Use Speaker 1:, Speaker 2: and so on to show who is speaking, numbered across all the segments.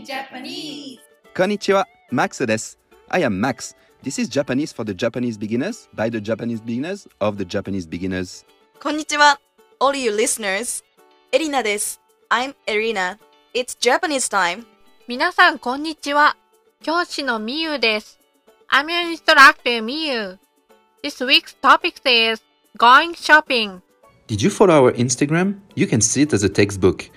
Speaker 1: Japanese.
Speaker 2: こんにちは、Max です。I am Max. This is Japanese for the Japanese beginners by the Japanese beginners of the Japanese beginners.
Speaker 3: こんにちは All you listeners エリナです I'm Erina It's Japanese time
Speaker 4: 皆さん、こんにちは。教師のみゆです。I'm your instructor, みゆ。This week's topic is going shopping.
Speaker 5: Did you follow our Instagram? You can see it as a textbook.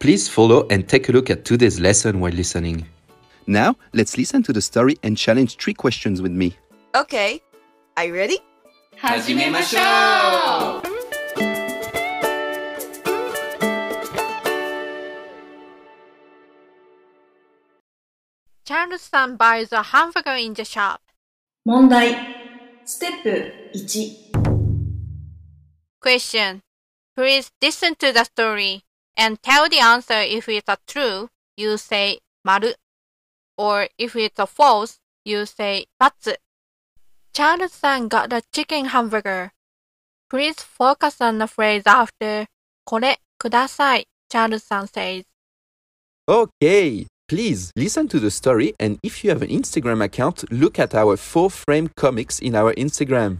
Speaker 5: Please follow and take a look at today's lesson while listening.
Speaker 2: Now, let's listen to the story and challenge three questions with me.
Speaker 3: Okay Are you ready?
Speaker 1: 始めましょう
Speaker 4: チャールズさん buys a hamburger in the shop.
Speaker 6: 問題。ステップ1。
Speaker 4: Question. Please listen to the story and tell the answer if it's a true, you say 丸 or if it's a false, you say ×. Charles san got a chicken hamburger. Please focus on the phrase after これください Charles san says.
Speaker 2: Okay, please listen to the story and if you have an Instagram account, look at our four frame comics in our Instagram.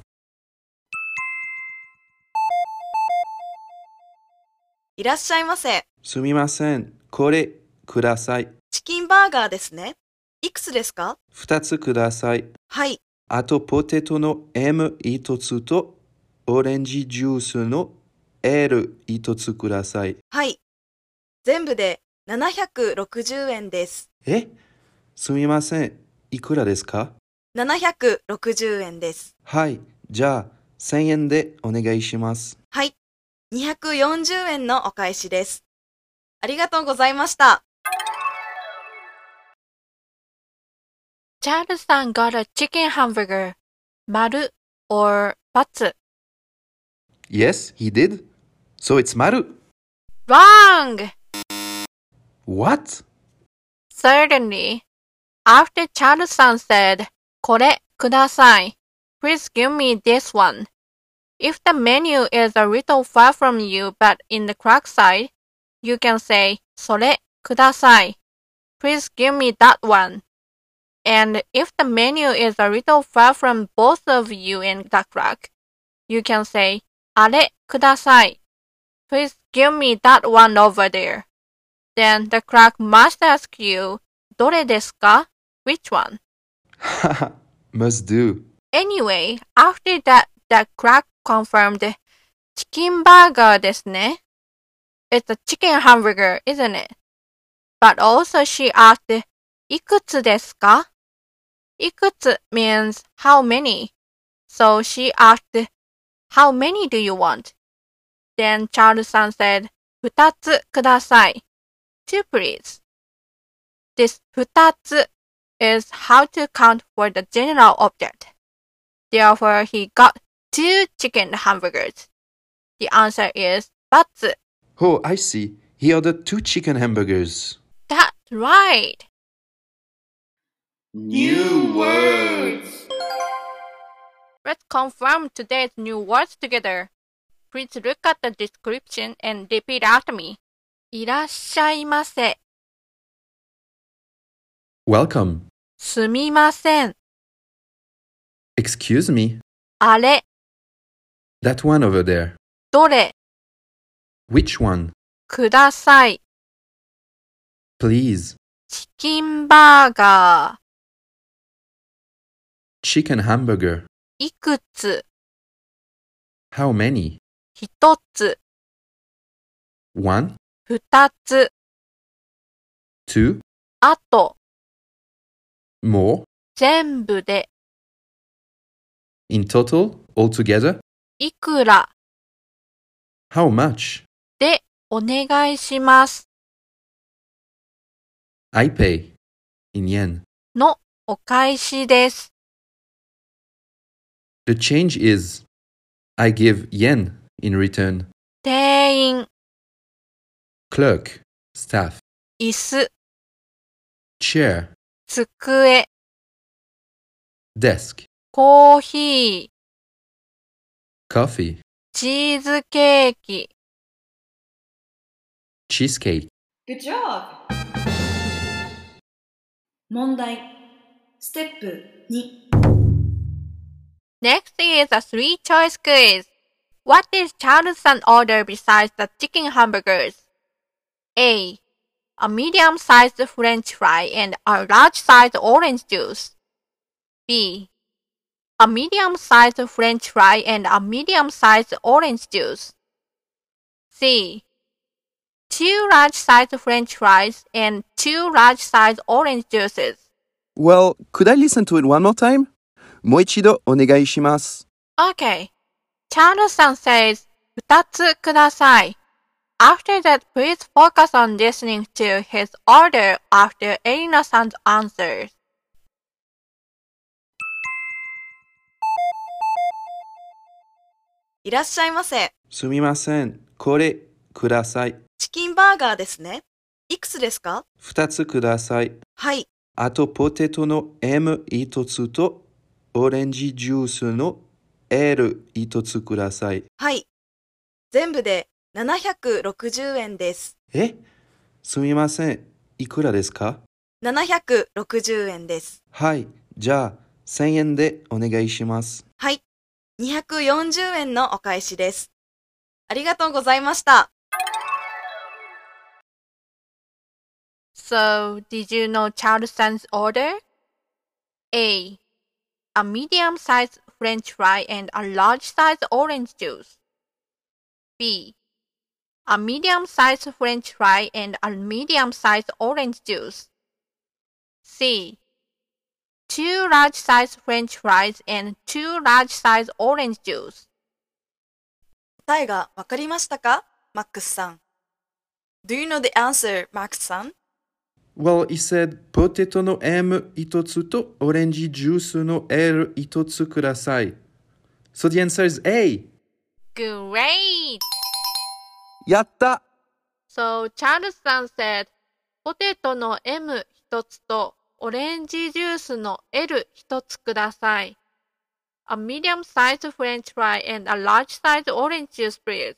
Speaker 3: いらっしゃいませ
Speaker 5: すみません。これください。
Speaker 3: チキンバーガーですねいくつですか
Speaker 5: 二つください。
Speaker 3: はい
Speaker 5: あとポテトの M 一つとオレンジジュースの L 一つください。
Speaker 3: はい全部で760円です
Speaker 5: えすみません。いくらですか
Speaker 3: 760円です
Speaker 5: はい。じゃあ1000円でお願いします。
Speaker 3: はい240円のお返しですありがとうございました
Speaker 4: Charles san got a chicken hamburger. 丸 or ×.
Speaker 5: Yes, he did. So it's 丸
Speaker 4: Wrong!
Speaker 5: What?
Speaker 4: Certainly. After Charles-san said, これください Please give me this one. If the menu is a little far from you but in the correct side, you can say, それください Please give me that one. And if the menu is a little far from both of you in the crack, you can say, あれください Please give me that one over there. Then the clerk must ask you, どれですか ?Which one?
Speaker 5: Must do.
Speaker 4: Anyway, after that, the clerk confirmed, チキンバーガーですね。It's a chicken hamburger, isn't it? But also she asked, いくつですかいくつ means how many. So she asked, how many do you want? Then Charles-san said, 二つください。two please. This 2つ is how to count for the general object. Therefore, he got two chicken hamburgers. The answer is ×.
Speaker 5: Oh, I see. He ordered two chicken hamburgers.
Speaker 4: That's right.
Speaker 1: New words
Speaker 4: Let's confirm today's new words together. Please look at the description and repeat after me. いらっしゃいませ。
Speaker 5: Welcome.
Speaker 4: すみません。
Speaker 5: Excuse me.
Speaker 4: あれ、
Speaker 5: That one over there.
Speaker 4: どれ、
Speaker 5: Which one?
Speaker 4: ください。
Speaker 5: Please.
Speaker 4: チキンバーガ
Speaker 5: Chicken hamburger.
Speaker 4: ー。いくつ
Speaker 5: How many?
Speaker 4: 一つ、
Speaker 5: One,
Speaker 4: 二つ、
Speaker 5: two,
Speaker 4: あと、
Speaker 5: more.
Speaker 4: 全部で、
Speaker 5: In total, altogether,
Speaker 4: いくら
Speaker 5: how much?
Speaker 4: でお願いします
Speaker 5: I pay. In yen.
Speaker 4: のお返しです。
Speaker 5: The change is I give yen in return.
Speaker 4: 店員、
Speaker 5: Clerk, staff,
Speaker 4: 椅子、
Speaker 5: chair,
Speaker 4: 机、
Speaker 5: desk,
Speaker 4: コーヒー、
Speaker 5: coffee,
Speaker 4: チーズケーキ、
Speaker 5: cheesecake.
Speaker 6: Good job! 問題ステップ
Speaker 4: Next is a three choice quiz. What is Charleston order besides the chicken hamburgers? A. A medium sized french fry and a large sized orange juice. B. A medium sized french fry and a medium sized orange juice. C. Two large sized french fries and two large sized orange juices.
Speaker 5: Well, could I listen to it one more time? もう一度お願いします。
Speaker 4: Okay. Charles san says, 二つください。After that, please focus on listening to his order after Elena san's answers.
Speaker 3: 「いらっしゃいませ。
Speaker 5: すみません。これください。
Speaker 3: チキンバーガーですね。いくつですか
Speaker 5: 二つください。
Speaker 3: はい。
Speaker 5: あとポテトの M 一つとオレンジジュースの L 一つください。
Speaker 3: はい。全部で760円です。
Speaker 5: えすみません。いくらですか
Speaker 3: 760円です。
Speaker 5: はい。じゃあ、1000円でお願いします。
Speaker 3: はい。240円のお返しです。ありがとうございました。
Speaker 4: So, did you know Charles san's order? A. A medium sized french fry and a large sized orange juice. B. A medium sized french fry and a medium sized orange juice. C. Two large sized french fries and two large sized orange juice.
Speaker 3: 答えがわかりましたかマックスさん。Do you know the answer, マックスさん
Speaker 5: Well, he said ポテトの M 一つとオレンジジュースの L 一つください。So the answer is A!
Speaker 4: Great!
Speaker 5: やった
Speaker 4: So Charles San said, ポテトの M 一つとオレンジジュースの L 一つください。A medium-sized French fry and a large-sized orange juice, please.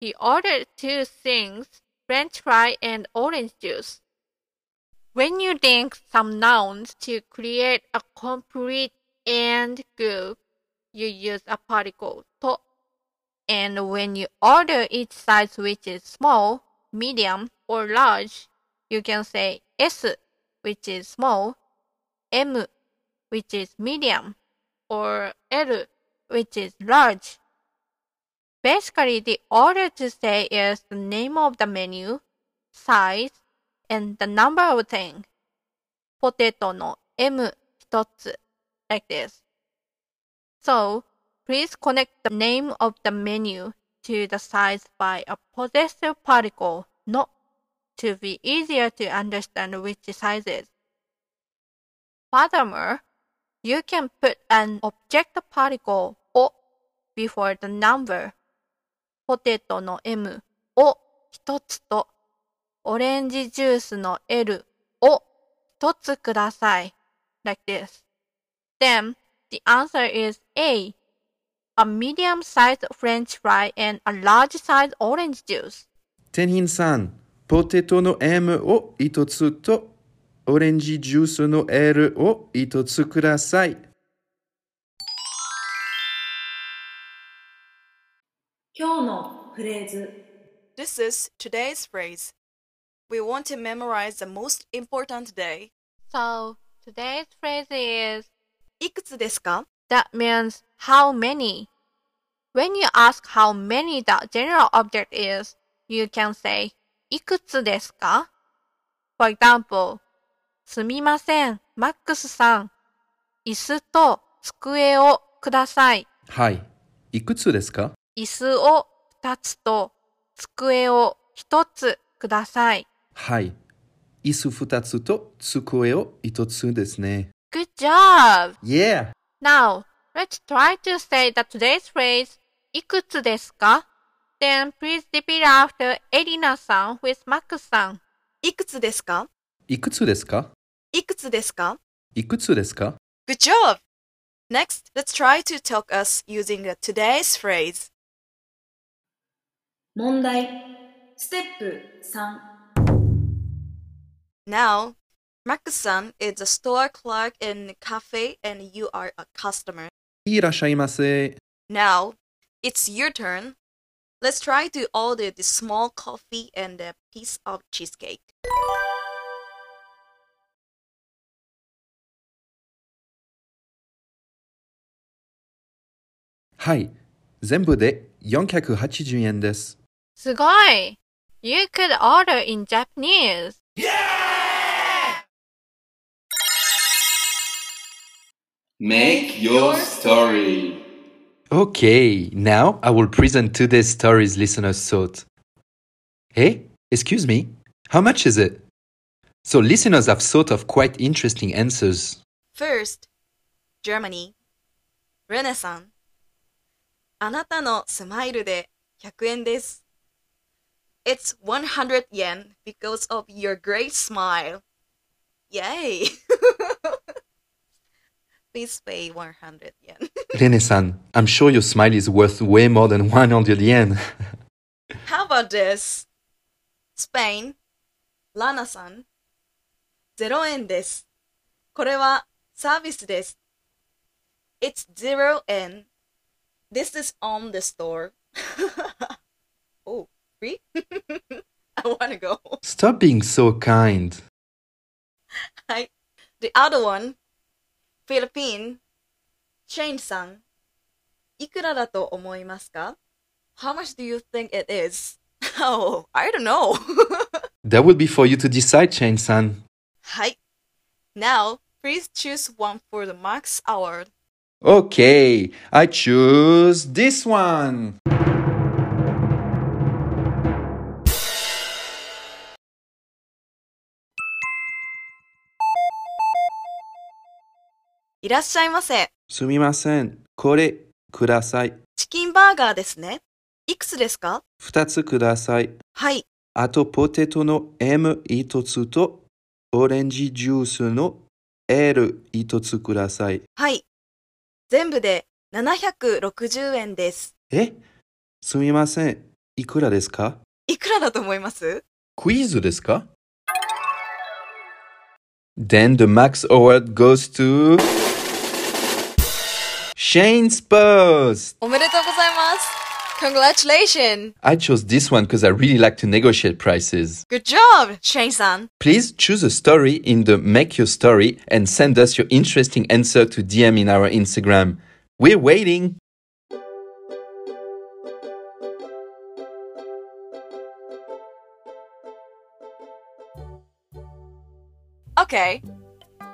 Speaker 4: He ordered two things, French fry and orange juice. When you link some nouns to create a complete and group, you use a particle と and when you order each size which is small, medium, or large, you can say S, which is small, M, which is medium, or L, which is large. Basically, the order to say is the name of the menu, size, and the number of things. Potato の M 一つ like this. So, Please connect the name of the menu to the size by a possessive particle, not to be easier to understand which sizes. Furthermore, you can put an object particle o before the number. ポテトの M を一つと、オレンジジュースの L を一つください。Like this. Then, the answer is A. a medium sized french fry and a large sized orange juice.
Speaker 5: 店員さん、ポテトの M を一つとオレンジジュースの L を一つください。
Speaker 6: 今日のフレーズ
Speaker 3: This is today's phrase. We want to memorize the most important day.
Speaker 4: So today's phrase is
Speaker 3: いくつですか
Speaker 4: that means how many. When you ask how many the general object is, you can say いくつですか For example, すみません、マックスさん。椅子と机をください。
Speaker 5: はい。いくつですか
Speaker 4: 椅子を2つと机を1つください。
Speaker 5: はい。椅子二つと机を一つですね。
Speaker 4: Good job!
Speaker 5: Yeah!
Speaker 4: Now, let's try to say the today's phrase, いくつですか Then please repeat after Elina-san with Max-san.
Speaker 3: いくつですか
Speaker 5: いくつですか
Speaker 3: いくつですか
Speaker 5: いくつですか
Speaker 3: Good job! Next, let's try to talk us using the today's phrase.
Speaker 6: 問題ステップ3
Speaker 3: Now, Maku-san is a store clerk in a cafe and you are a customer.
Speaker 5: いらっしゃいませ。
Speaker 3: Now, it's your turn. Let's try to order the small coffee and a piece of cheesecake.
Speaker 5: はい。全部で480円です。
Speaker 4: すごい !You could order in Japanese!
Speaker 1: ！Make your story.
Speaker 5: Okay, now I will present today's story's listener's thought. Hey, excuse me, how much is it? So, listeners have thought of quite interesting answers.
Speaker 3: First, Germany. レネさん。あなたのスマイルで100円です。It's 100 yen because of your great smile. Yay! Please pay 100 yen.
Speaker 5: Rene san, I'm sure your smile is worth way more than 100 yen.
Speaker 3: How about this? Spain, ラナさん。0円です。これはサービスです。It's 0円。This is on the store. oh, free? I wanna go.
Speaker 5: Stop being so kind.
Speaker 3: Hi. The other one, Philippine, Shane さん。いくらだと思いますか ?How much do you think it is? Oh, I don't know.
Speaker 5: That will be for you to decide, Chain san.
Speaker 3: はい。Now, please choose one for the Max Award.
Speaker 5: Okay, I choose this one.
Speaker 3: 「いらっしゃいませ。
Speaker 5: すみません、これください。
Speaker 3: チキンバーガーですね。いくつですか
Speaker 5: 二つください。
Speaker 3: はい。
Speaker 5: あとポテトの M 一つとオレンジジュースの L 一つください。
Speaker 3: はい。全部で760円です。
Speaker 5: えすみません。いくらですか
Speaker 3: いくらだと思います
Speaker 5: クイズですか ?Then the Max Award goes to Shane's Post!
Speaker 3: おめでとうございます。Congratulations!
Speaker 5: I chose this one because I really like to negotiate prices.
Speaker 3: Good job, Shane さん。
Speaker 5: Please choose a story in the Make Your Story and send us your interesting answer to DM in our Instagram. We're waiting!
Speaker 3: Okay.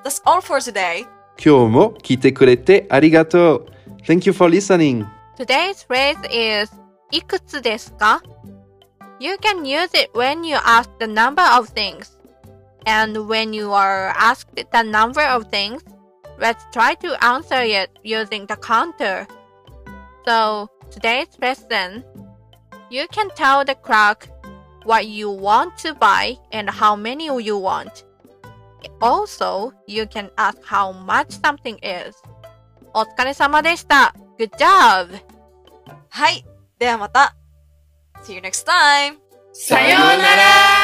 Speaker 3: That's all for today.
Speaker 5: 今日も来てくれてありがとう Thank you for listening!
Speaker 4: Today's phrase is いくつですか You can use it when you ask the number of things. And when you are asked the number of things, let's try to answer it using the counter. So, today's lesson you can tell the clerk what you want to buy and how many you want. Also, you can ask how much something is. お疲れ様でした。Good job!
Speaker 3: はい。ではまた。See you next time!
Speaker 1: さようなら